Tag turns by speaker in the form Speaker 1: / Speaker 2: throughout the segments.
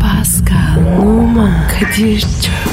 Speaker 1: Pascal, Oman, Kadir çok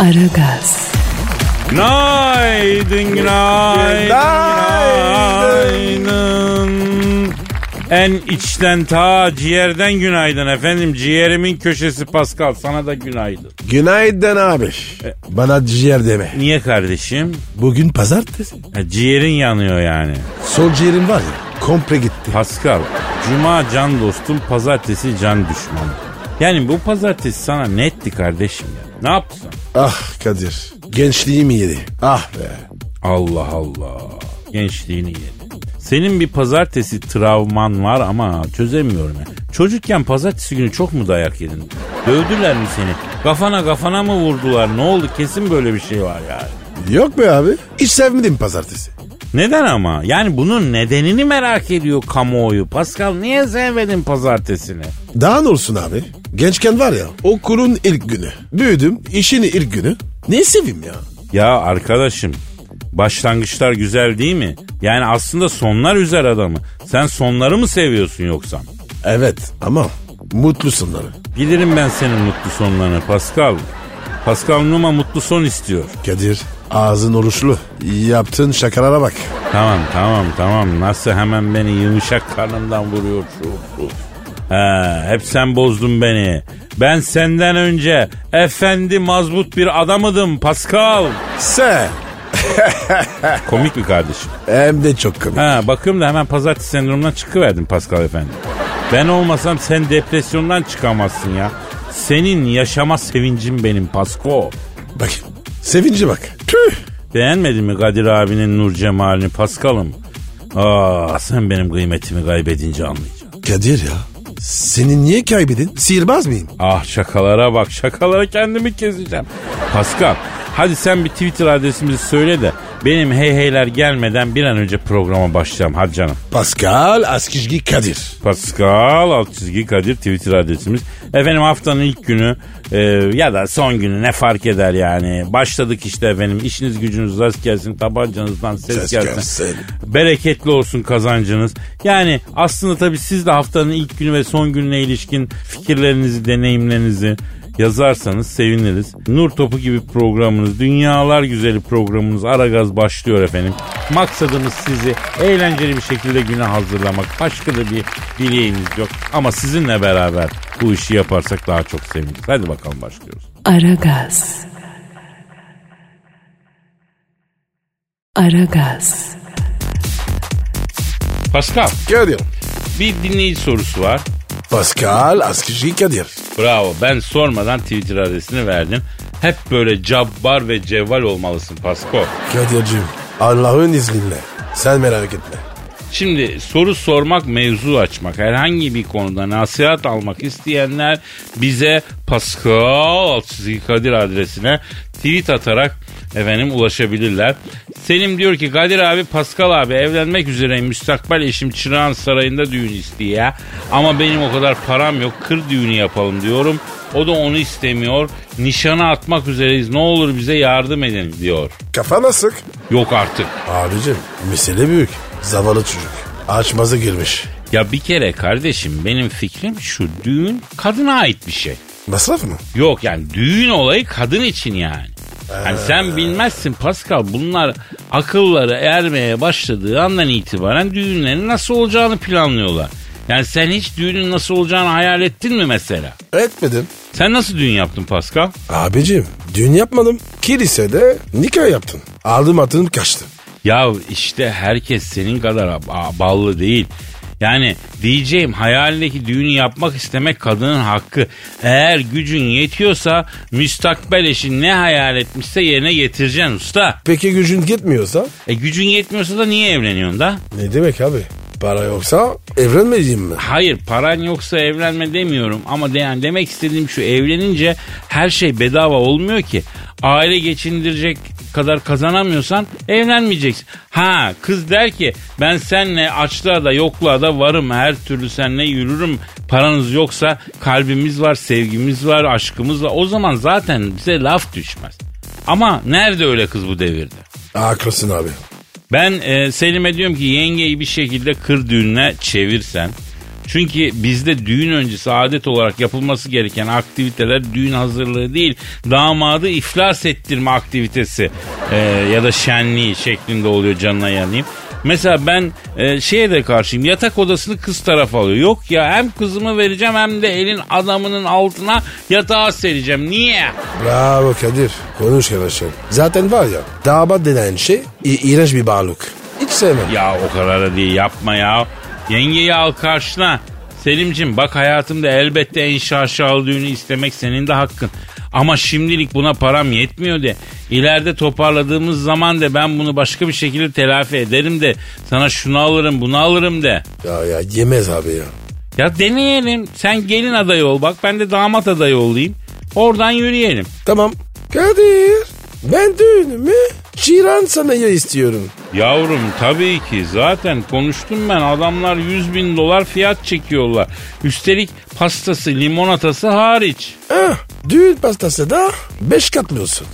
Speaker 1: Aragaz,
Speaker 2: Günaydın, günaydın,
Speaker 3: Günaydın.
Speaker 2: günaydın. En içten ta ciğerden günaydın efendim. Ciğerimin köşesi Pascal sana da günaydın.
Speaker 3: Günaydın abi. E, Bana ciğer deme.
Speaker 2: Niye kardeşim?
Speaker 3: Bugün pazartesi.
Speaker 2: Ha, E, ciğerin yanıyor yani.
Speaker 3: Sol ciğerim var ya. Komple gitti.
Speaker 2: Pascal, cuma can dostum, pazartesi can düşmanım. Yani bu pazartesi sana netti kardeşim ya. Ne yaptın?
Speaker 3: Ah Kadir. Gençliğimi yedi. Ah be.
Speaker 2: Allah Allah. Gençliğini yedi. Senin bir pazartesi travman var ama çözemiyorum. ya. Çocukken pazartesi günü çok mu dayak yedin? Dövdüler mi seni? Kafana kafana mı vurdular? Ne oldu? Kesin böyle bir şey var yani.
Speaker 3: Yok be abi. Hiç sevmedim pazartesi.
Speaker 2: Neden ama? Yani bunun nedenini merak ediyor kamuoyu. Pascal niye sevmedin pazartesini?
Speaker 3: Daha ne olsun abi? Gençken var ya okulun ilk günü. Büyüdüm işin ilk günü. Ne seveyim ya?
Speaker 2: Ya arkadaşım başlangıçlar güzel değil mi? Yani aslında sonlar üzer adamı. Sen sonları mı seviyorsun yoksa?
Speaker 3: Evet ama mutlu sonları.
Speaker 2: Bilirim ben senin mutlu sonlarını Pascal. Pascal Numa mutlu son istiyor.
Speaker 3: Kadir ağzın oruçlu. Yaptığın şakalara bak.
Speaker 2: Tamam tamam tamam nasıl hemen beni yumuşak karnımdan vuruyor şu bu. He, hep sen bozdun beni. Ben senden önce efendi mazbut bir adamıdım Pascal.
Speaker 3: Sen
Speaker 2: Komik bir kardeşim.
Speaker 3: hem de çok komik.
Speaker 2: Ha bakıyorum da hemen pazartesi sendromundan çıkıverdin Pascal efendi. Ben olmasam sen depresyondan çıkamazsın ya. Senin yaşama sevincin benim Pasko.
Speaker 3: Bak sevinci bak. Tüh.
Speaker 2: Beğenmedin mi Kadir abinin nur cemalini Paskal'ım? Aa sen benim kıymetimi kaybedince anlayacaksın.
Speaker 3: Kadir ya seni niye kaybedin? Sihirbaz mıyım?
Speaker 2: Ah şakalara bak şakalara kendimi keseceğim. Paskal hadi sen bir Twitter adresimizi söyle de benim heyheyler gelmeden bir an önce programa başlayalım hadi canım.
Speaker 3: Pascal Askizgi Kadir.
Speaker 2: Pascal alt çizgi Kadir Twitter adresimiz. Efendim haftanın ilk günü e, ya da son günü ne fark eder yani. Başladık işte efendim işiniz gücünüz rast gelsin tabancanızdan ses,
Speaker 3: Ses
Speaker 2: gelsin.
Speaker 3: gelsin.
Speaker 2: Bereketli olsun kazancınız. Yani aslında tabii siz de haftanın ilk günü ve son gününe ilişkin fikirlerinizi, deneyimlerinizi yazarsanız seviniriz. Nur Topu gibi programınız, dünyalar güzeli programınız Aragaz başlıyor efendim. Maksadımız sizi eğlenceli bir şekilde güne hazırlamak. Başka da bir dileğimiz yok. Ama sizinle beraber bu işi yaparsak daha çok seviniriz. Hadi bakalım başlıyoruz.
Speaker 1: Aragaz. Aragaz,
Speaker 2: Pascal,
Speaker 3: Kadir.
Speaker 2: bir dinleyici sorusu var.
Speaker 3: Pascal Askizgi Kadir.
Speaker 2: Bravo ben sormadan Twitter adresini verdin. Hep böyle cabbar ve cevval olmalısın Pasko.
Speaker 3: Kadir'cim Allah'ın izniyle sen merak etme.
Speaker 2: Şimdi soru sormak, mevzu açmak, herhangi bir konuda nasihat almak isteyenler bize Pascal Altçizgi Kadir adresine tweet atarak efendim ulaşabilirler. Selim diyor ki Kadir abi Pascal abi evlenmek üzereyim müstakbel eşim Çırağan Sarayı'nda düğün istiyor ama benim o kadar param yok kır düğünü yapalım diyorum. O da onu istemiyor. Nişana atmak üzereyiz. Ne olur bize yardım edin diyor.
Speaker 3: Kafana sık.
Speaker 2: Yok artık.
Speaker 3: Abicim mesele büyük. Zavallı çocuk. Açmaza girmiş.
Speaker 2: Ya bir kere kardeşim benim fikrim şu düğün kadına ait bir şey.
Speaker 3: Masraf mı?
Speaker 2: Yok yani düğün olayı kadın için yani. Yani sen bilmezsin Pascal bunlar akılları ermeye başladığı andan itibaren düğünlerin nasıl olacağını planlıyorlar. Yani sen hiç düğünün nasıl olacağını hayal ettin mi mesela?
Speaker 3: Etmedim.
Speaker 2: Sen nasıl düğün yaptın Pascal?
Speaker 3: Abicim düğün yapmadım. Kilisede nikah yaptım. Aldım attım kaçtım.
Speaker 2: Ya işte herkes senin kadar ba- ballı değil. Yani diyeceğim hayalindeki düğünü yapmak istemek kadının hakkı. Eğer gücün yetiyorsa müstakbel eşin ne hayal etmişse yerine getireceksin usta.
Speaker 3: Peki gücün gitmiyorsa?
Speaker 2: E gücün yetmiyorsa da niye evleniyorsun da?
Speaker 3: Ne demek abi? Para yoksa evlenmeyeyim mi?
Speaker 2: Hayır paran yoksa evlenme demiyorum ama de, yani demek istediğim şu evlenince her şey bedava olmuyor ki. Aile geçindirecek kadar kazanamıyorsan evlenmeyeceksin. Ha kız der ki ben senle açlığa da yokluğa da varım her türlü senle yürürüm. Paranız yoksa kalbimiz var, sevgimiz var, aşkımız var. O zaman zaten bize laf düşmez. Ama nerede öyle kız bu devirde?
Speaker 3: Haklısın abi.
Speaker 2: Ben e, Selim'e diyorum ki yengeyi bir şekilde kır düğününe çevirsen. Çünkü bizde düğün öncesi adet olarak yapılması gereken aktiviteler düğün hazırlığı değil, damadı iflas ettirme aktivitesi e, ya da şenliği şeklinde oluyor canına yanayım. Mesela ben e, şeye de karşıyım yatak odasını kız taraf alıyor. Yok ya hem kızımı vereceğim hem de elin adamının altına yatağı sereceğim. Niye?
Speaker 3: Bravo Kadir. Konuş yavaşça. Zaten var ya damat denen şey i- iğrenç bir bağlık. Hiç sevmem.
Speaker 2: Ya o kadar da değil yapma ya. Yengeyi al karşına. Selim'cim bak hayatımda elbette en şaşalı düğünü istemek senin de hakkın. Ama şimdilik buna param yetmiyor de. İleride toparladığımız zaman de ben bunu başka bir şekilde telafi ederim de. Sana şunu alırım bunu alırım de.
Speaker 3: Ya ya yemez abi ya.
Speaker 2: Ya deneyelim. Sen gelin adayı ol bak ben de damat adayı olayım. Oradan yürüyelim.
Speaker 3: Tamam. Kadir ben düğünümü Çiran sanayı istiyorum.
Speaker 2: Yavrum tabii ki zaten konuştum ben adamlar 100 bin dolar fiyat çekiyorlar. Üstelik pastası limonatası hariç.
Speaker 3: Ah, düğün pastası da beş katlıyorsun.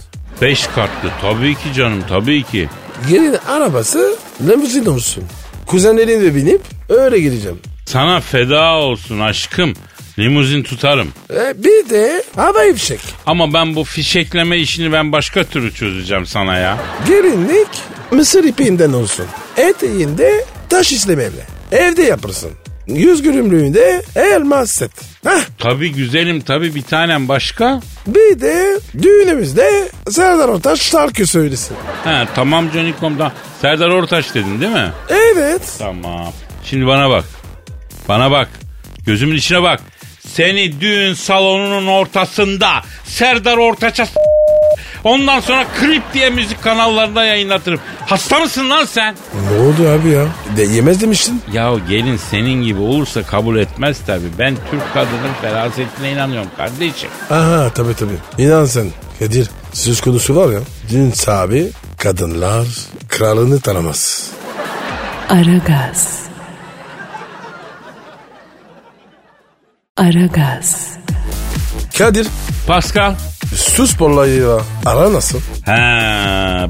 Speaker 2: 5 kartlı tabii ki canım tabii ki.
Speaker 3: Gelin arabası limuzin olsun. Kuzenlerine binip öyle gireceğim.
Speaker 2: Sana feda olsun aşkım. Limuzin tutarım.
Speaker 3: E, bir de hava ifşek.
Speaker 2: Ama ben bu fişekleme işini ben başka türlü çözeceğim sana ya.
Speaker 3: Gelinlik mısır ipinden olsun. Eteğinde taş işlemeli. Evde yapırsın. Yüz görümlüğünde elmas set. Hah,
Speaker 2: Tabii güzelim tabii bir tanem başka.
Speaker 3: bir de düğünümüzde Serdar Ortaç şarkı söylesin.
Speaker 2: He tamam Canikom da Serdar Ortaç dedin değil mi?
Speaker 3: Evet.
Speaker 2: Tamam. Şimdi bana bak. Bana bak. Gözümün içine bak. Seni düğün salonunun ortasında Serdar Ortaç'a s- Ondan sonra klip diye müzik kanallarında yayınlatırım. Hasta mısın lan sen?
Speaker 3: Ne oldu abi ya? De yemez demiştin.
Speaker 2: Ya gelin senin gibi olursa kabul etmez tabi. Ben Türk kadının felasetine inanıyorum kardeşim.
Speaker 3: Aha tabii tabii. İnan sen Kadir söz konusu var ya. Düğün sahibi kadınlar kralını tanımaz.
Speaker 1: Aragaz. Aragaz.
Speaker 3: Kadir
Speaker 2: Pascal.
Speaker 3: sus ya. Ara nasıl?
Speaker 2: He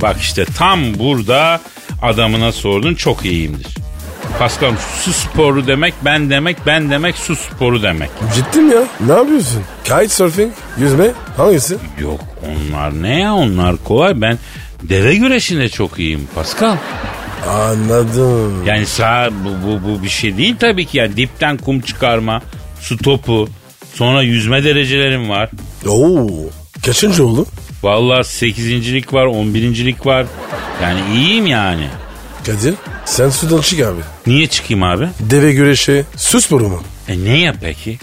Speaker 2: bak işte tam burada adamına sordun çok iyiyimdir. Pascal su sporu demek ben demek ben demek su sporu demek.
Speaker 3: Ciddi mi ya? Ne yapıyorsun? Kitesurfing, yüzme hangisi?
Speaker 2: Yok onlar ne ya onlar kolay ben deve güreşinde çok iyiyim Pascal.
Speaker 3: Anladım.
Speaker 2: Yani sağ bu, bu, bu bir şey değil tabii ki yani dipten kum çıkarma su topu sonra yüzme derecelerim var.
Speaker 3: Oo. Kaçıncı oldu?
Speaker 2: Vallahi 8.lik var 11.lik var yani iyiyim yani.
Speaker 3: Kadir sen sudan çık abi.
Speaker 2: Niye çıkayım abi?
Speaker 3: Deve güreşi su sporu mu?
Speaker 2: E ne ya peki?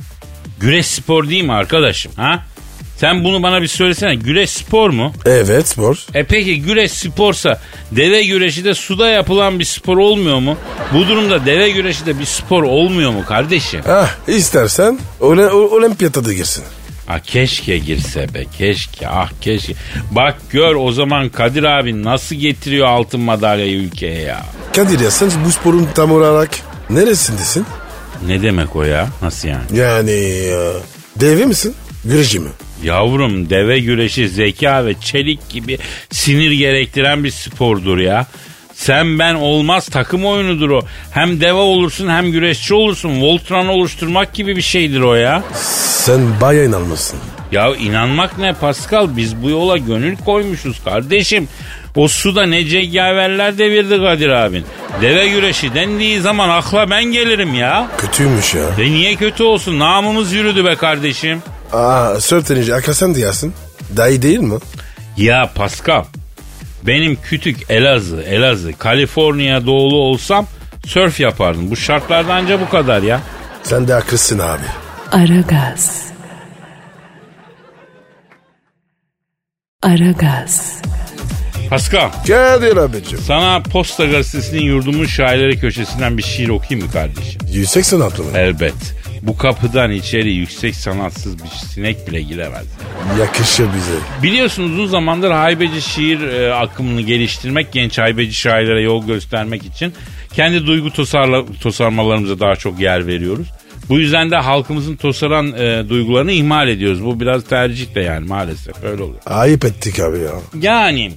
Speaker 2: Güreş spor değil mi arkadaşım ha? Sen bunu bana bir söylesene. Güreş spor mu?
Speaker 3: Evet spor.
Speaker 2: E peki güreş sporsa deve güreşi de suda yapılan bir spor olmuyor mu? Bu durumda deve güreşi de bir spor olmuyor mu kardeşim?
Speaker 3: Ah istersen ole, o- olimpiyata da girsin.
Speaker 2: Ha keşke girse be keşke ah keşke. Bak gör o zaman Kadir abi nasıl getiriyor altın madalyayı ülkeye ya.
Speaker 3: Kadir ya sen bu sporun tam olarak neresindesin?
Speaker 2: Ne demek o ya? Nasıl yani?
Speaker 3: Yani e, deve misin? Güreşi mi?
Speaker 2: Yavrum deve güreşi zeka ve çelik gibi sinir gerektiren bir spordur ya. Sen ben olmaz takım oyunudur o. Hem deve olursun hem güreşçi olursun. Voltran oluşturmak gibi bir şeydir o ya.
Speaker 3: Sen bayağı inanmışsın.
Speaker 2: Ya inanmak ne Pascal biz bu yola gönül koymuşuz kardeşim. O suda ne cengaverler devirdi Kadir abin. Deve güreşi dendiği zaman akla ben gelirim ya.
Speaker 3: Kötüymüş ya.
Speaker 2: Ve niye kötü olsun namımız yürüdü be kardeşim.
Speaker 3: Aa sörtenici akasan diyorsun. Daha iyi değil mi?
Speaker 2: Ya Pascal benim kütük Elazığ, Elazığ, Kaliforniya doğulu olsam sörf yapardım. Bu şartlarda anca bu kadar ya.
Speaker 3: Sen de haklısın abi.
Speaker 1: Aragaz. Aragaz.
Speaker 2: Pascal
Speaker 3: Kadir abicim.
Speaker 2: sana Posta Gazetesi'nin yurdumun şairleri köşesinden bir şiir okuyayım mı kardeşim?
Speaker 3: 180 atlı mı?
Speaker 2: Elbet. Bu kapıdan içeri yüksek sanatsız bir sinek bile giremez.
Speaker 3: Yakışır bize.
Speaker 2: Biliyorsunuz uzun zamandır haybeci şiir e, akımını geliştirmek, genç haybeci şairlere yol göstermek için kendi duygu tosarla, tosarmalarımıza daha çok yer veriyoruz. Bu yüzden de halkımızın tosaran e, duygularını ihmal ediyoruz. Bu biraz tercih de yani maalesef öyle oluyor.
Speaker 3: Ayıp ettik abi ya.
Speaker 2: Yani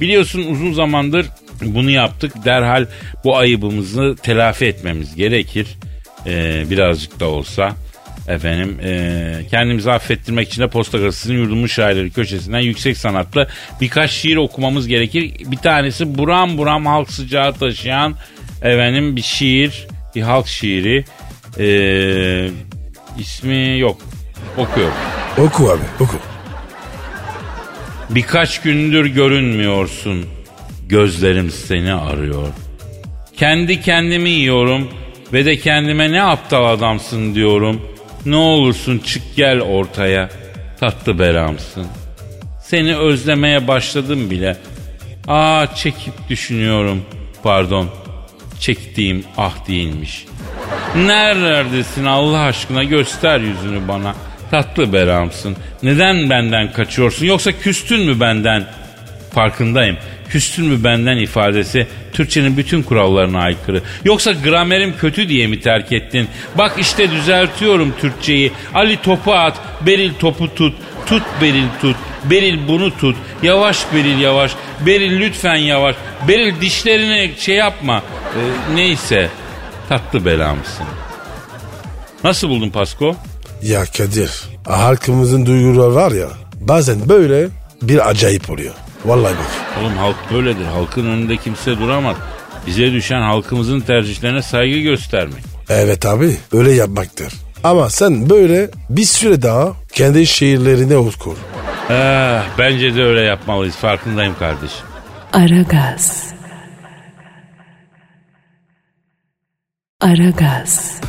Speaker 2: biliyorsun uzun zamandır bunu yaptık. Derhal bu ayıbımızı telafi etmemiz gerekir. Ee, birazcık da olsa. Efendim ee, kendimizi affettirmek için de Posta Gazetesi'nin yurdumun şairleri köşesinden yüksek sanatlı birkaç şiir okumamız gerekir. Bir tanesi buram buram halk sıcağı taşıyan efendim bir şiir, bir halk şiiri. Ee, ismi yok. Okuyorum.
Speaker 3: Oku abi oku.
Speaker 2: Birkaç gündür görünmüyorsun. Gözlerim seni arıyor. Kendi kendimi yiyorum ve de kendime ne aptal adamsın diyorum. Ne olursun çık gel ortaya. Tatlı belamsın. Seni özlemeye başladım bile. Aa çekip düşünüyorum. Pardon. Çektiğim ah değilmiş. Nerelerdesin Allah aşkına göster yüzünü bana. Tatlı beramsın. Neden benden kaçıyorsun yoksa küstün mü benden? Farkındayım. Küstün mü benden ifadesi Türkçenin bütün kurallarına aykırı. Yoksa gramerim kötü diye mi terk ettin? Bak işte düzeltiyorum Türkçeyi. Ali topu at, Beril topu tut. Tut Beril tut. Beril bunu tut. Yavaş Beril yavaş. Beril lütfen yavaş. Beril dişlerini şey yapma. Ee, neyse. Tatlı belamsın. Nasıl buldun Pasko?
Speaker 3: Ya Kadir halkımızın duyguları var ya bazen böyle bir acayip oluyor. Vallahi bak.
Speaker 2: Oğlum halk böyledir. Halkın önünde kimse duramaz. Bize düşen halkımızın tercihlerine saygı göstermek.
Speaker 3: Evet abi öyle yapmaktır. Ama sen böyle bir süre daha kendi şiirlerine okur.
Speaker 2: Eh, bence de öyle yapmalıyız. Farkındayım kardeşim.
Speaker 1: Aragaz. Aragaz.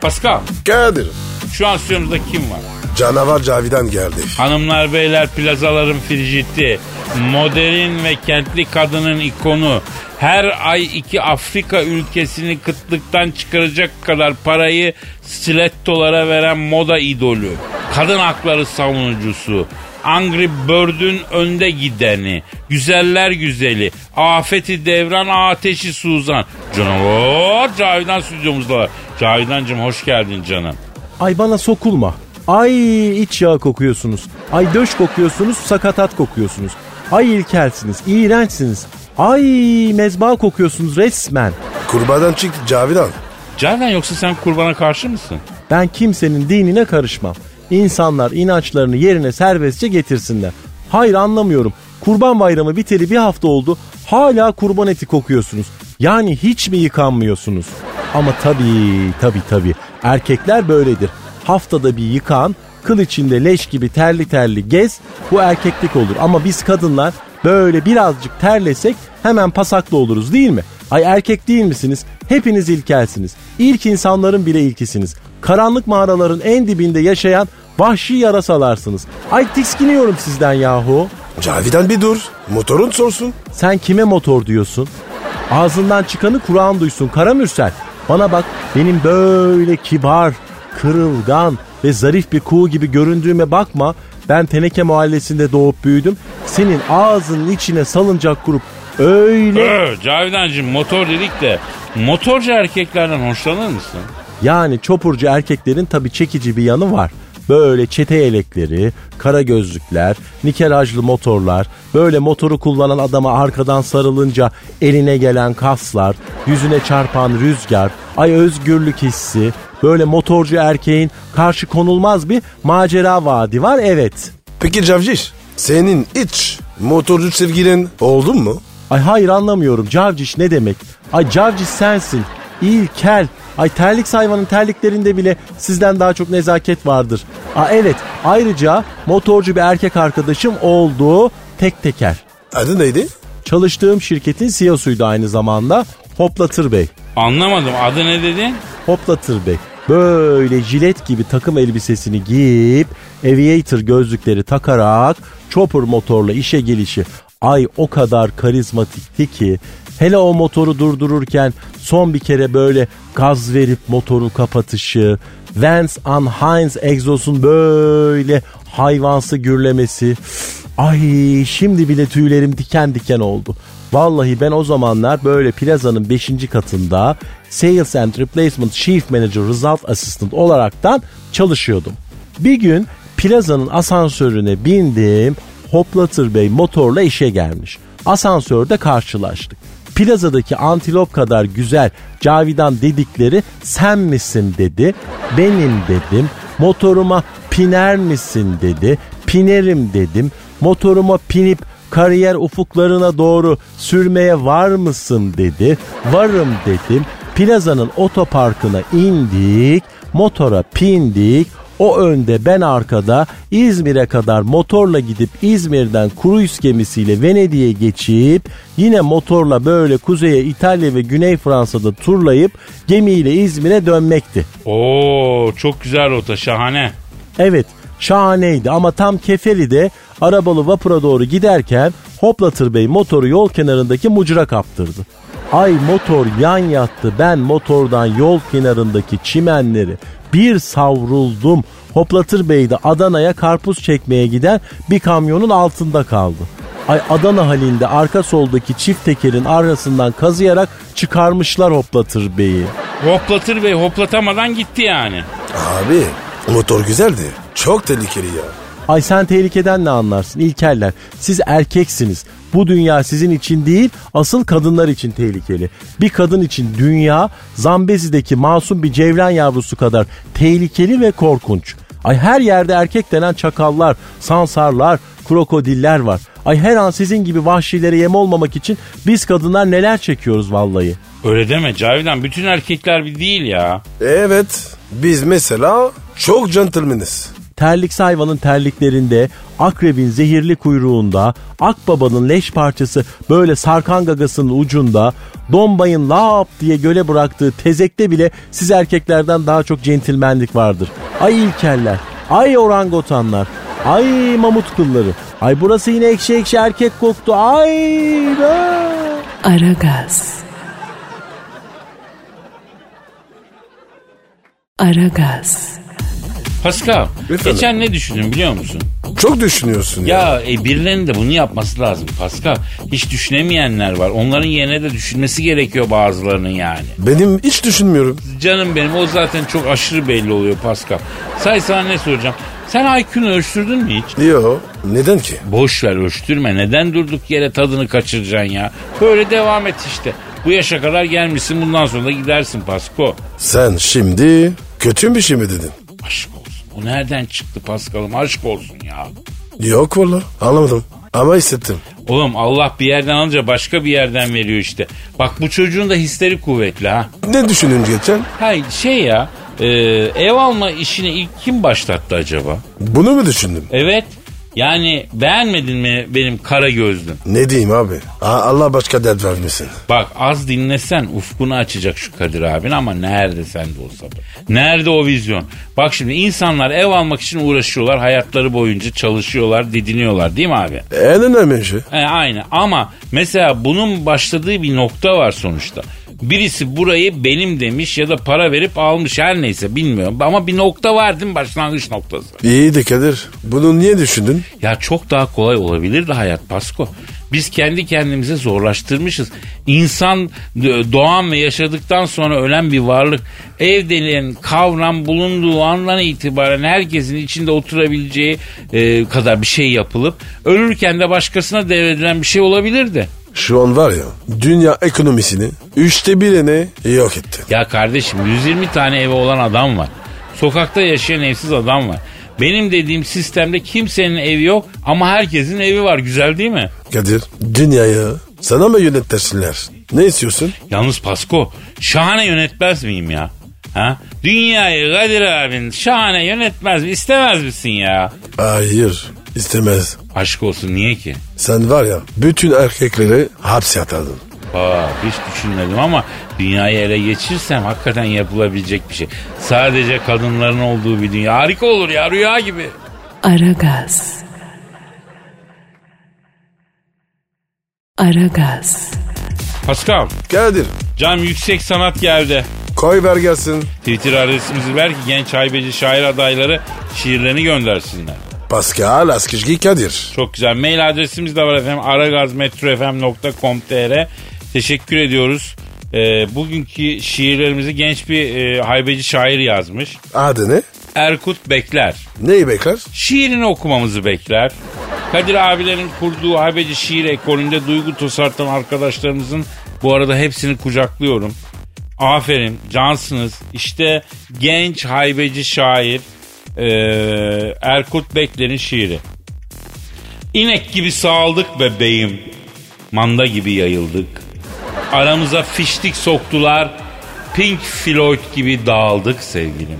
Speaker 2: Pascal,
Speaker 3: Kadir
Speaker 2: şu an stüdyomuzda kim var?
Speaker 3: canavar Cavidan geldi.
Speaker 2: Hanımlar beyler plazaların frijiti, modern ve kentli kadının ikonu, her ay iki Afrika ülkesini kıtlıktan çıkaracak kadar parayı stilettolara veren moda idolü, kadın hakları savunucusu, Angry Bird'ün önde gideni, güzeller güzeli, afeti devran, ateşi suzan. Canavar Cavidan stüdyomuzda. var. Cavidancığım hoş geldin canım.
Speaker 4: Ay bana sokulma. Ay iç yağ kokuyorsunuz. Ay döş kokuyorsunuz, sakatat kokuyorsunuz. Ay ilkelsiniz, iğrençsiniz. Ay mezba kokuyorsunuz resmen.
Speaker 3: Kurbadan çık Cavidan.
Speaker 2: Cavidan yoksa sen kurbana karşı mısın?
Speaker 4: Ben kimsenin dinine karışmam. İnsanlar inançlarını yerine serbestçe getirsinler. Hayır anlamıyorum. Kurban bayramı biteli bir hafta oldu. Hala kurban eti kokuyorsunuz. Yani hiç mi yıkanmıyorsunuz? Ama tabii tabii tabii. Erkekler böyledir. Haftada bir yıkan, kıl içinde leş gibi terli terli gez. Bu erkeklik olur. Ama biz kadınlar böyle birazcık terlesek hemen pasaklı oluruz değil mi? Ay erkek değil misiniz? Hepiniz ilkelsiniz. İlk insanların bile ilkisiniz. Karanlık mağaraların en dibinde yaşayan vahşi yarasalarsınız. Ay tiskiniyorum sizden yahu.
Speaker 3: Cavidan bir dur. Motorun sorsun.
Speaker 4: Sen kime motor diyorsun? Ağzından çıkanı Kur'an duysun Karamürsel. Bana bak benim böyle kibar, kırılgan ve zarif bir kuğu gibi göründüğüme bakma. Ben Teneke Mahallesi'nde doğup büyüdüm. Senin ağzının içine salıncak kurup öyle...
Speaker 2: Ee, Cavidancığım motor dedik de motorcu erkeklerden hoşlanır mısın?
Speaker 4: Yani çopurcu erkeklerin tabii çekici bir yanı var. Böyle çete yelekleri, kara gözlükler, nikelajlı motorlar, böyle motoru kullanan adama arkadan sarılınca eline gelen kaslar, yüzüne çarpan rüzgar, ay özgürlük hissi, böyle motorcu erkeğin karşı konulmaz bir macera vaadi var evet.
Speaker 3: Peki Cavciş senin hiç motorcu sevgilin oldun mu?
Speaker 4: Ay hayır anlamıyorum. Cavciş ne demek? Ay Cavciş sensin. İlkel. Ay terlik hayvanın terliklerinde bile sizden daha çok nezaket vardır. Aa evet ayrıca motorcu bir erkek arkadaşım oldu. Tek teker.
Speaker 3: Adı neydi?
Speaker 4: Çalıştığım şirketin CEO'suydu aynı zamanda. Hoplatır Bey.
Speaker 2: Anlamadım adı ne dedin?
Speaker 4: Hoplatır Bey. Böyle jilet gibi takım elbisesini giyip aviator gözlükleri takarak chopper motorla işe gelişi Ay o kadar karizmatikti ki hele o motoru durdururken son bir kere böyle gaz verip motoru kapatışı, Vance and Heinz egzosun böyle hayvansı gürlemesi. Ay şimdi bile tüylerim diken diken oldu. Vallahi ben o zamanlar böyle plazanın 5. katında Sales and Replacement Chief Manager Result Assistant olaraktan çalışıyordum. Bir gün plazanın asansörüne bindim. Hoplatır Bey motorla işe gelmiş. Asansörde karşılaştık. Plazadaki antilop kadar güzel Cavidan dedikleri sen misin dedi. Benim dedim. Motoruma piner misin dedi. Pinerim dedim. Motoruma pinip kariyer ufuklarına doğru sürmeye var mısın dedi. Varım dedim. Plazanın otoparkına indik. Motora pindik. O önde ben arkada İzmir'e kadar motorla gidip İzmir'den kruiz gemisiyle Venedik'e geçip yine motorla böyle kuzeye İtalya ve Güney Fransa'da turlayıp gemiyle İzmir'e dönmekti.
Speaker 2: Oo çok güzel rota şahane.
Speaker 4: Evet şahaneydi ama tam Kefeli'de arabalı vapura doğru giderken Hoplatır Bey motoru yol kenarındaki mucra kaptırdı. Ay motor yan yattı ben motordan yol kenarındaki çimenleri bir savruldum. Hoplatır Bey de Adana'ya karpuz çekmeye giden bir kamyonun altında kaldı. Ay Adana halinde arka soldaki çift tekerin arkasından kazıyarak çıkarmışlar Hoplatır Bey'i.
Speaker 2: Hoplatır Bey hoplatamadan gitti yani.
Speaker 3: Abi motor güzeldi. Çok tehlikeli ya.
Speaker 4: Ay sen tehlikeden ne anlarsın İlkerler? Siz erkeksiniz. Bu dünya sizin için değil asıl kadınlar için tehlikeli. Bir kadın için dünya Zambezi'deki masum bir cevren yavrusu kadar tehlikeli ve korkunç. Ay her yerde erkek denen çakallar, sansarlar, krokodiller var. Ay her an sizin gibi vahşilere yem olmamak için biz kadınlar neler çekiyoruz vallahi.
Speaker 2: Öyle deme Cavidan bütün erkekler bir değil ya.
Speaker 3: Evet biz mesela çok gentlemaniz.
Speaker 4: Terliksi hayvanın terliklerinde, akrebin zehirli kuyruğunda, akbabanın leş parçası böyle sarkan gagasının ucunda, dombayın lap diye göle bıraktığı tezekte bile siz erkeklerden daha çok centilmenlik vardır. Ay ilkeller, ay orangotanlar, ay mamut kılları, ay burası yine ekşi ekşi erkek koktu, ay be.
Speaker 1: Aragaz. Aragaz.
Speaker 2: Pascal
Speaker 3: Efendim?
Speaker 2: geçen ne düşündüm biliyor musun?
Speaker 3: Çok düşünüyorsun ya.
Speaker 2: Ya e, birilerinin de bunu yapması lazım Pascal. Hiç düşünemeyenler var. Onların yerine de düşünmesi gerekiyor bazılarının yani.
Speaker 3: Benim hiç düşünmüyorum.
Speaker 2: Canım benim o zaten çok aşırı belli oluyor Pascal. Say sana ne soracağım. Sen IQ'nu ölçtürdün mü hiç?
Speaker 3: Yo neden ki?
Speaker 2: Boş ver ölçtürme. Neden durduk yere tadını kaçıracaksın ya? Böyle devam et işte. Bu yaşa kadar gelmişsin bundan sonra da gidersin Pasko.
Speaker 3: Sen şimdi kötü bir şey mi dedin?
Speaker 2: Aşk olsun. Bu nereden çıktı Paskal'ım aşk olsun ya.
Speaker 3: Yok valla anlamadım ama hissettim.
Speaker 2: Oğlum Allah bir yerden alınca başka bir yerden veriyor işte. Bak bu çocuğun da hisleri kuvvetli ha.
Speaker 3: Ne düşündün geçen?
Speaker 2: Hay şey ya e, ev alma işini ilk kim başlattı acaba?
Speaker 3: Bunu mu düşündün?
Speaker 2: Evet yani beğenmedin mi benim kara gözlüm?
Speaker 3: Ne diyeyim abi? A- Allah başka dert vermesin.
Speaker 2: Bak az dinlesen ufkunu açacak şu Kadir abin ama nerede sende o sabır? Nerede o vizyon? Bak şimdi insanlar ev almak için uğraşıyorlar. Hayatları boyunca çalışıyorlar, didiniyorlar değil mi abi?
Speaker 3: En önemli şey.
Speaker 2: E, aynı ama mesela bunun başladığı bir nokta var sonuçta. Birisi burayı benim demiş ya da para verip almış her neyse bilmiyorum. Ama bir nokta var değil mi başlangıç noktası?
Speaker 3: İyi de Kadir. Bunu niye düşündün?
Speaker 2: Ya çok daha kolay olabilirdi hayat Pasko. Biz kendi kendimize zorlaştırmışız. İnsan e, doğan ve yaşadıktan sonra ölen bir varlık. Ev denilen kavram bulunduğu andan itibaren herkesin içinde oturabileceği e, kadar bir şey yapılıp ölürken de başkasına devredilen bir şey olabilirdi.
Speaker 3: Şu an var ya dünya ekonomisini üçte birini yok etti.
Speaker 2: Ya kardeşim 120 tane evi olan adam var. Sokakta yaşayan evsiz adam var. Benim dediğim sistemde kimsenin evi yok ama herkesin evi var. Güzel değil mi?
Speaker 3: Kadir dünyayı sana mı yönetirsinler? Ne istiyorsun?
Speaker 2: Yalnız Pasko şahane yönetmez miyim ya? Ha? Dünyayı Kadir abin şahane yönetmez mi? istemez misin ya?
Speaker 3: Hayır istemez.
Speaker 2: Aşk olsun niye ki?
Speaker 3: Sen var ya bütün erkekleri hapse atardın.
Speaker 2: Aa, hiç düşünmedim ama dünyayı ele geçirsem hakikaten yapılabilecek bir şey. Sadece kadınların olduğu bir dünya. Harika olur ya rüya gibi.
Speaker 1: Aragaz. Aragaz,
Speaker 2: Pascal,
Speaker 3: Kadir
Speaker 2: Cam Yüksek Sanat geldi.
Speaker 3: koy ver gelsin.
Speaker 2: Twitter adresimizi ver ki genç haybeci şair adayları şiirlerini göndersinler.
Speaker 3: Pascal Askışgi Kadir.
Speaker 2: Çok güzel. Mail adresimiz de var efendim. aragazmetrofm.com.tr Teşekkür ediyoruz. Ee, bugünkü şiirlerimizi genç bir e, haybeci şair yazmış.
Speaker 3: Adı ne?
Speaker 2: Erkut Bekler.
Speaker 3: Neyi bekler?
Speaker 2: Şiirini okumamızı bekler. Kadir abilerin kurduğu haybeci şiir ekolünde duygu tosartan arkadaşlarımızın bu arada hepsini kucaklıyorum. Aferin, cansınız. İşte genç haybeci şair e, Erkut Bekler'in şiiri. İnek gibi sağaldık be beyim. Manda gibi yayıldık. Aramıza fiştik soktular. Pink Floyd gibi dağıldık sevgilim.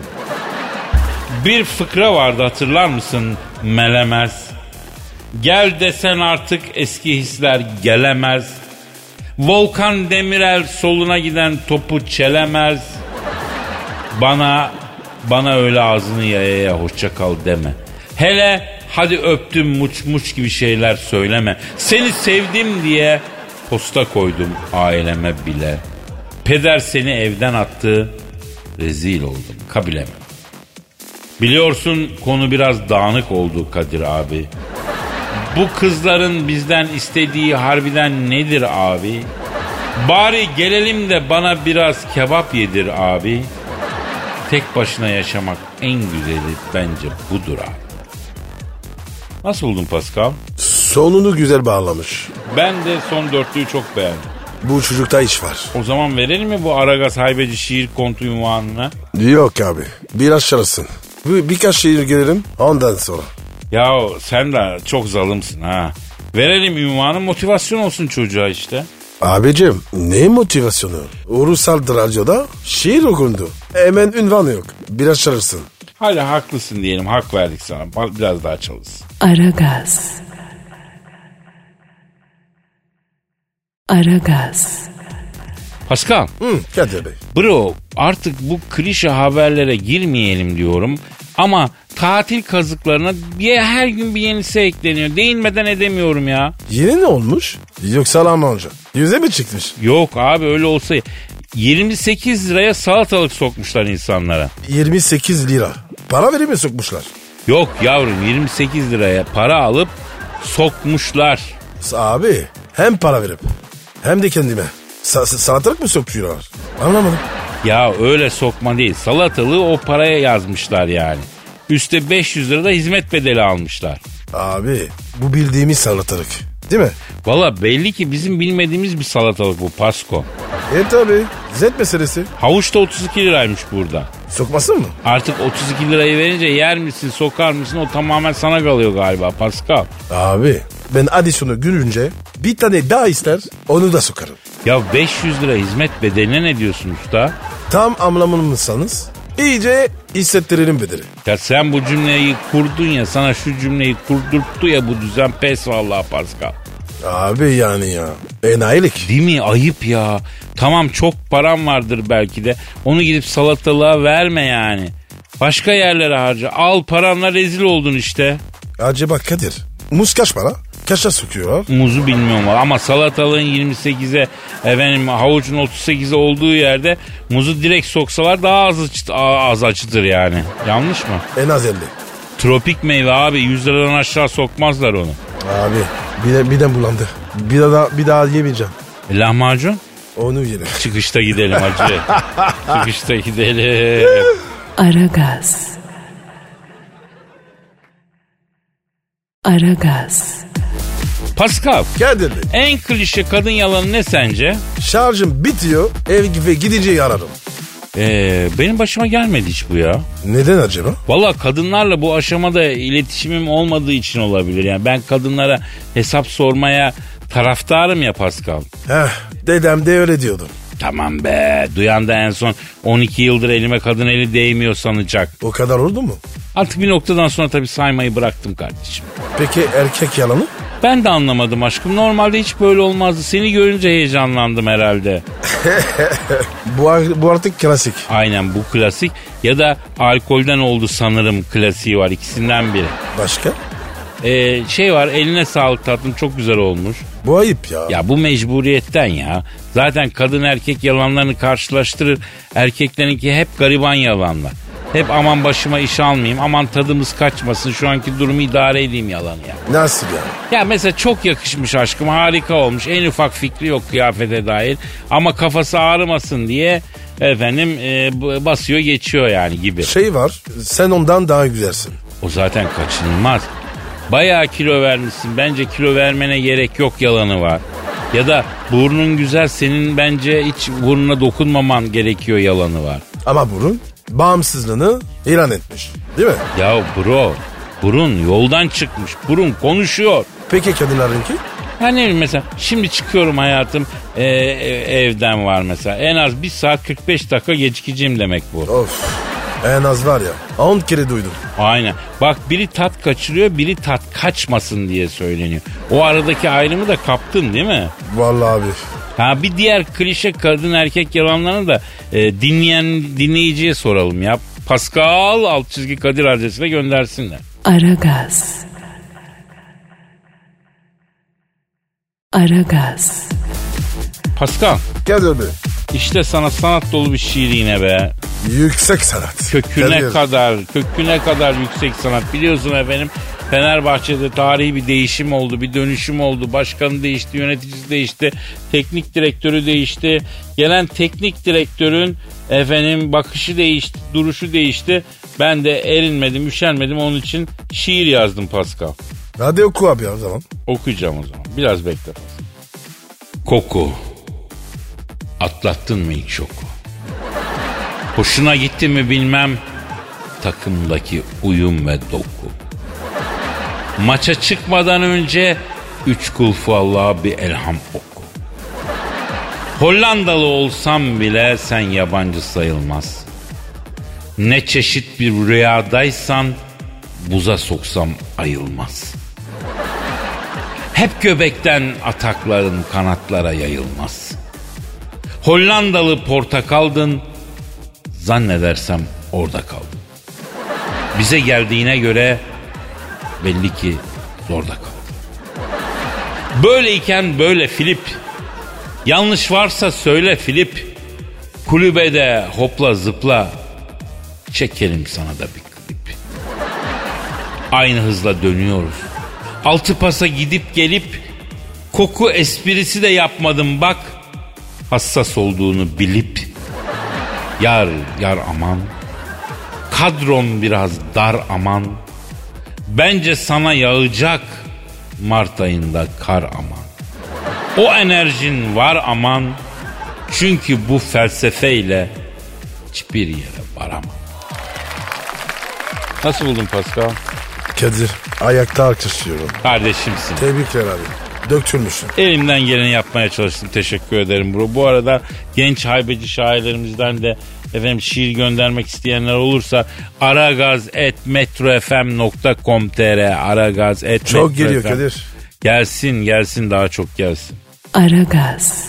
Speaker 2: Bir fıkra vardı hatırlar mısın? Melemez. Gel desen artık eski hisler gelemez. Volkan Demirel soluna giden topu çelemez. Bana bana öyle ağzını yaya yaya hoşça kal deme. Hele hadi öptüm muç muç gibi şeyler söyleme. Seni sevdim diye posta koydum aileme bile. Peder seni evden attı. Rezil oldum kabileme. Biliyorsun konu biraz dağınık oldu Kadir abi. Bu kızların bizden istediği harbiden nedir abi? Bari gelelim de bana biraz kebap yedir abi. Tek başına yaşamak en güzeli bence budur abi. Nasıl buldun Pascal?
Speaker 3: Sonunu güzel bağlamış.
Speaker 2: Ben de son dörtlüyü çok beğendim.
Speaker 3: Bu çocukta iş var.
Speaker 2: O zaman verelim mi bu Aragaz Haybeci şiir kontu unvanına?
Speaker 3: Yok abi. Biraz çalışsın. Bir, birkaç şehir gelirim ondan sonra.
Speaker 2: Ya sen de çok zalımsın ha. Verelim ünvanı motivasyon olsun çocuğa işte.
Speaker 3: Abicim ne motivasyonu? Ulusal radyoda şiir okundu. Hemen ünvanı yok. Biraz çalışsın.
Speaker 2: Hala haklısın diyelim hak verdik sana Ba- biraz daha çalış.
Speaker 1: Aragaz. Aragaz,
Speaker 2: Pascal
Speaker 3: Hı, Kadir Bey.
Speaker 2: bro artık bu klişe haberlere girmeyelim diyorum ama tatil kazıklarına diye her gün bir yenisi ekleniyor. Değinmeden edemiyorum ya.
Speaker 3: Yeni ne olmuş? Yoksa Almanca. Yüze mi çıkmış?
Speaker 2: Yok abi öyle olsa 28 liraya salatalık sokmuşlar insanlara.
Speaker 3: 28 lira. Para verip mi sokmuşlar?
Speaker 2: Yok yavrum 28 liraya para alıp sokmuşlar.
Speaker 3: Abi hem para verip hem de kendime. Sa sa- salatalık mı sokuyorlar? Anlamadım.
Speaker 2: Ya öyle sokma değil. Salatalığı o paraya yazmışlar yani. Üste 500 lira da hizmet bedeli almışlar.
Speaker 3: Abi bu bildiğimiz salatalık. Değil mi?
Speaker 2: Valla belli ki bizim bilmediğimiz bir salatalık bu Pasko.
Speaker 3: E tabi. Zet meselesi.
Speaker 2: Havuç da 32 liraymış burada.
Speaker 3: Sokmasın mı?
Speaker 2: Artık 32 lirayı verince yer misin sokar mısın o tamamen sana kalıyor galiba Pascal.
Speaker 3: Abi ben adisyonu gülünce bir tane daha ister onu da sokarım.
Speaker 2: Ya 500 lira hizmet bedeline ne diyorsun usta?
Speaker 3: Tam anlamını mısınız? İyice hissettirelim bedeli.
Speaker 2: Ya sen bu cümleyi kurdun ya sana şu cümleyi kurdurttu ya bu düzen pes vallahi Pascal.
Speaker 3: Abi yani ya. Enayilik.
Speaker 2: Değil mi? Ayıp ya. Tamam çok param vardır belki de. Onu gidip salatalığa verme yani. Başka yerlere harca. Al paranla rezil oldun işte.
Speaker 3: Acaba Kadir. Muz kaç para? Kaça sokuyorlar?
Speaker 2: Muzu bilmiyorum ama salatalığın 28'e efendim havucun 38'e olduğu yerde muzu direkt soksalar daha az, açı- a- az acıdır yani. Yanlış mı?
Speaker 3: En az 50.
Speaker 2: Tropik meyve abi 100 liradan aşağı sokmazlar onu.
Speaker 3: Abi bir de, birden bulandı. Bir daha, bir daha yemeyeceğim.
Speaker 2: E, lahmacun?
Speaker 3: Onu yerim.
Speaker 2: Çıkışta gidelim hacı. Çıkışta gidelim.
Speaker 1: Aragaz. Aragaz,
Speaker 2: Pascal.
Speaker 3: Kadir Bey
Speaker 2: En klişe kadın yalanı ne sence?
Speaker 3: şarjım bitiyor ev ve gidince ararım.
Speaker 2: Ee, benim başıma gelmedi hiç bu ya.
Speaker 3: Neden acaba?
Speaker 2: Valla kadınlarla bu aşamada iletişimim olmadığı için olabilir. Yani ben kadınlara hesap sormaya taraftarım ya Pascal.
Speaker 3: Heh, dedem de öyle diyordu.
Speaker 2: Tamam be duyan da en son 12 yıldır elime kadın eli değmiyor sanacak.
Speaker 3: O kadar oldu mu?
Speaker 2: Artık bir noktadan sonra tabii saymayı bıraktım kardeşim.
Speaker 3: Peki erkek yalanı?
Speaker 2: Ben de anlamadım aşkım. Normalde hiç böyle olmazdı. Seni görünce heyecanlandım herhalde.
Speaker 3: Bu, ar- bu artık klasik.
Speaker 2: Aynen bu klasik. Ya da alkolden oldu sanırım klasiği var ikisinden biri.
Speaker 3: Başka?
Speaker 2: Ee, şey var eline sağlık tatlım çok güzel olmuş.
Speaker 3: Bu ayıp ya.
Speaker 2: Ya bu mecburiyetten ya. Zaten kadın erkek yalanlarını karşılaştırır. Erkeklerinki hep gariban yalanlar. Hep aman başıma iş almayayım, aman tadımız kaçmasın, şu anki durumu idare edeyim yalanı ya.
Speaker 3: Nasıl ya?
Speaker 2: Ya mesela çok yakışmış aşkım harika olmuş. En ufak fikri yok kıyafete dair. Ama kafası ağrımasın diye efendim e, b- basıyor geçiyor yani gibi.
Speaker 3: Şey var sen ondan daha güzelsin.
Speaker 2: O zaten kaçınılmaz. Bayağı kilo vermişsin. Bence kilo vermene gerek yok yalanı var. Ya da burnun güzel senin bence hiç burnuna dokunmaman gerekiyor yalanı var.
Speaker 3: Ama burun bağımsızlığını ilan etmiş. Değil mi?
Speaker 2: Ya bro burun yoldan çıkmış. Burun konuşuyor.
Speaker 3: Peki kadınlarınki?
Speaker 2: Ha ne bileyim mesela şimdi çıkıyorum hayatım e, e, evden var mesela. En az 1 saat 45 dakika gecikeceğim demek bu.
Speaker 3: Of en az var ya 10 kere duydum.
Speaker 2: Aynen. Bak biri tat kaçırıyor biri tat kaçmasın diye söyleniyor. O aradaki ayrımı da kaptın değil mi?
Speaker 3: Vallahi abi.
Speaker 2: Ha bir diğer klişe kadın erkek yalanlarını da e, dinleyen dinleyiciye soralım ya. Pascal alt çizgi Kadir adresine göndersinler.
Speaker 1: Aragaz. Aragaz.
Speaker 2: Pascal
Speaker 3: Kadir Bey.
Speaker 2: işte sana sanat dolu bir şiir yine be.
Speaker 3: Yüksek sanat.
Speaker 2: köküne
Speaker 3: Kadir.
Speaker 2: kadar köküne kadar yüksek sanat biliyorsun efendim Fenerbahçe'de tarihi bir değişim oldu bir dönüşüm oldu başkanı değişti yöneticisi değişti teknik direktörü değişti gelen teknik direktörün efendim bakışı değişti duruşu değişti ben de erinmedim üşenmedim onun için şiir yazdım Pascal
Speaker 3: Hadi oku abi ya o zaman.
Speaker 2: Okuyacağım o zaman. Biraz bekle. Koku. Atlattın mı hiç şoku? Hoşuna gitti mi bilmem. Takımdaki uyum ve doku. Maça çıkmadan önce üç kulfu Allah'a bir elham oku. Hollandalı olsam bile sen yabancı sayılmaz. Ne çeşit bir rüyadaysan buza soksam ayılmaz.'' Hep göbekten atakların kanatlara yayılmaz. Hollandalı portakaldın, zannedersem orada kaldın. Bize geldiğine göre belli ki zorda kaldın. Böyleyken böyle Filip, yanlış varsa söyle Filip, kulübede hopla zıpla, çekelim sana da bir klip. Aynı hızla dönüyoruz. Altı pasa gidip gelip koku esprisi de yapmadım bak. Hassas olduğunu bilip yar yar aman. Kadron biraz dar aman. Bence sana yağacak Mart ayında kar aman. O enerjin var aman. Çünkü bu felsefeyle hiçbir yere varamam. Nasıl buldun Pascal?
Speaker 3: Kadir ayakta alkışlıyorum.
Speaker 2: Kardeşimsin.
Speaker 3: Tebrikler abi. Döktürmüşsün.
Speaker 2: Elimden geleni yapmaya çalıştım. Teşekkür ederim bro. Bu arada genç haybeci şairlerimizden de efendim şiir göndermek isteyenler olursa aragaz.metrofm.com.tr aragaz.metrofm
Speaker 3: Çok geliyor Kadir.
Speaker 2: Gelsin gelsin daha çok gelsin.
Speaker 1: Aragaz.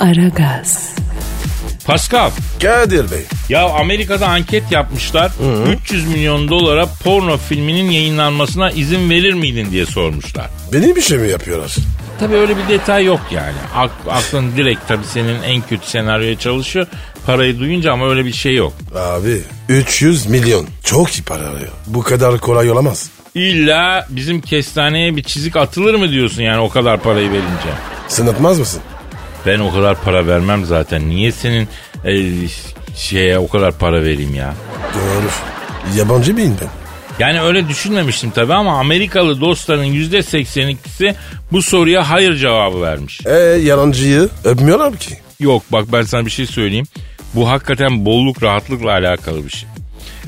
Speaker 1: Aragaz.
Speaker 2: Pascal
Speaker 3: Kadir Bey.
Speaker 2: ya Amerika'da anket yapmışlar. 300 milyon dolara porno filminin yayınlanmasına izin verir miydin diye sormuşlar.
Speaker 3: Benim bir şey mi yapıyorlar?
Speaker 2: Tabii öyle bir detay yok yani. Ak, aklın direkt tabii senin en kötü senaryoya çalışıyor. Parayı duyunca ama öyle bir şey yok.
Speaker 3: Abi 300 milyon. Çok iyi para arıyor. Bu kadar kolay olamaz.
Speaker 2: İlla bizim kestaneye bir çizik atılır mı diyorsun yani o kadar parayı verince?
Speaker 3: Sınatmaz mısın?
Speaker 2: Ben o kadar para vermem zaten. Niye senin e, şeye o kadar para vereyim ya?
Speaker 3: Doğru. Yabancı mıyım ben?
Speaker 2: Yani öyle düşünmemiştim tabii ama Amerikalı dostların %82'si bu soruya hayır cevabı vermiş.
Speaker 3: E yalancıyı öpmüyorlar ki.
Speaker 2: Yok bak ben sana bir şey söyleyeyim. Bu hakikaten bolluk rahatlıkla alakalı bir şey.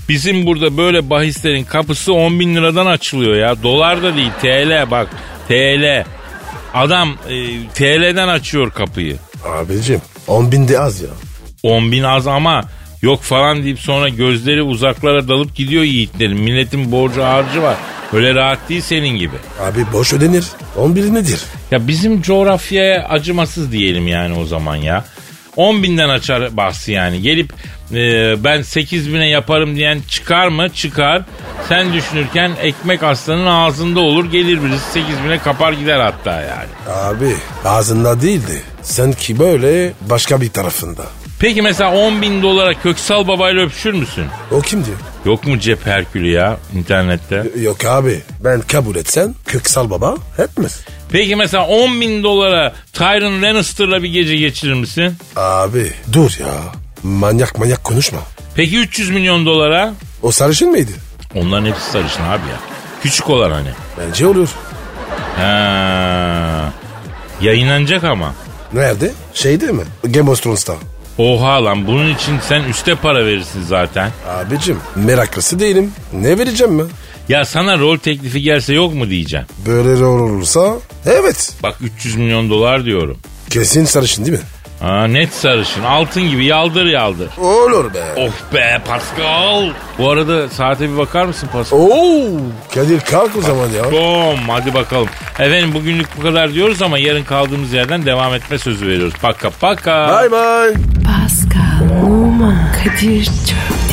Speaker 2: Bizim burada böyle bahislerin kapısı 10 bin liradan açılıyor ya. Dolar da değil TL bak TL. Adam e, TL'den açıyor kapıyı.
Speaker 3: Abicim 10 bin de az ya.
Speaker 2: 10 bin az ama yok falan deyip sonra gözleri uzaklara dalıp gidiyor yiğitlerin. Milletin borcu harcı var. Öyle rahat değil senin gibi.
Speaker 3: Abi boş ödenir. 10 bin nedir?
Speaker 2: Ya bizim coğrafyaya acımasız diyelim yani o zaman ya. 10 binden açar bahsi yani. Gelip e, ben 8 bine yaparım diyen çıkar mı? Çıkar. Sen düşünürken ekmek aslanın ağzında olur. Gelir birisi 8 bine kapar gider hatta yani.
Speaker 3: Abi ağzında değildi. Sen ki böyle başka bir tarafında.
Speaker 2: Peki mesela 10 bin dolara Köksal babayla öpüşür müsün?
Speaker 3: O kim diyor?
Speaker 2: Yok mu cep herkülü ya internette?
Speaker 3: Yok abi ben kabul etsen Köksal Baba etmez.
Speaker 2: Peki mesela 10 bin dolara Tyron Lannister'la bir gece geçirir misin?
Speaker 3: Abi dur ya manyak manyak konuşma.
Speaker 2: Peki 300 milyon dolara?
Speaker 3: O sarışın mıydı?
Speaker 2: Onların hepsi sarışın abi ya. Küçük olan hani.
Speaker 3: Bence olur.
Speaker 2: Ha. Yayınlanacak ama.
Speaker 3: Nerede? Şey değil mi? Game of Thrones'ta.
Speaker 2: Oha lan bunun için sen üste para verirsin zaten.
Speaker 3: Abicim meraklısı değilim. Ne vereceğim mi?
Speaker 2: Ya sana rol teklifi gelse yok mu diyeceğim.
Speaker 3: Böyle rol olursa evet
Speaker 2: Bak 300 milyon dolar diyorum.
Speaker 3: kesin sarışın değil mi?
Speaker 2: Ha, net sarışın altın gibi yaldır yaldır.
Speaker 3: Olur be.
Speaker 2: Of be Pascal. Bu arada saate bir bakar mısın Pascal?
Speaker 3: Oo, Kadir kalk o zaman ya.
Speaker 2: Bom hadi bakalım. Efendim bugünlük bu kadar diyoruz ama yarın kaldığımız yerden devam etme sözü veriyoruz. Paka paka.
Speaker 3: Bay bay.
Speaker 1: Pascal, Oman, Kadir çok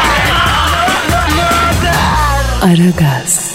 Speaker 1: Aragaz.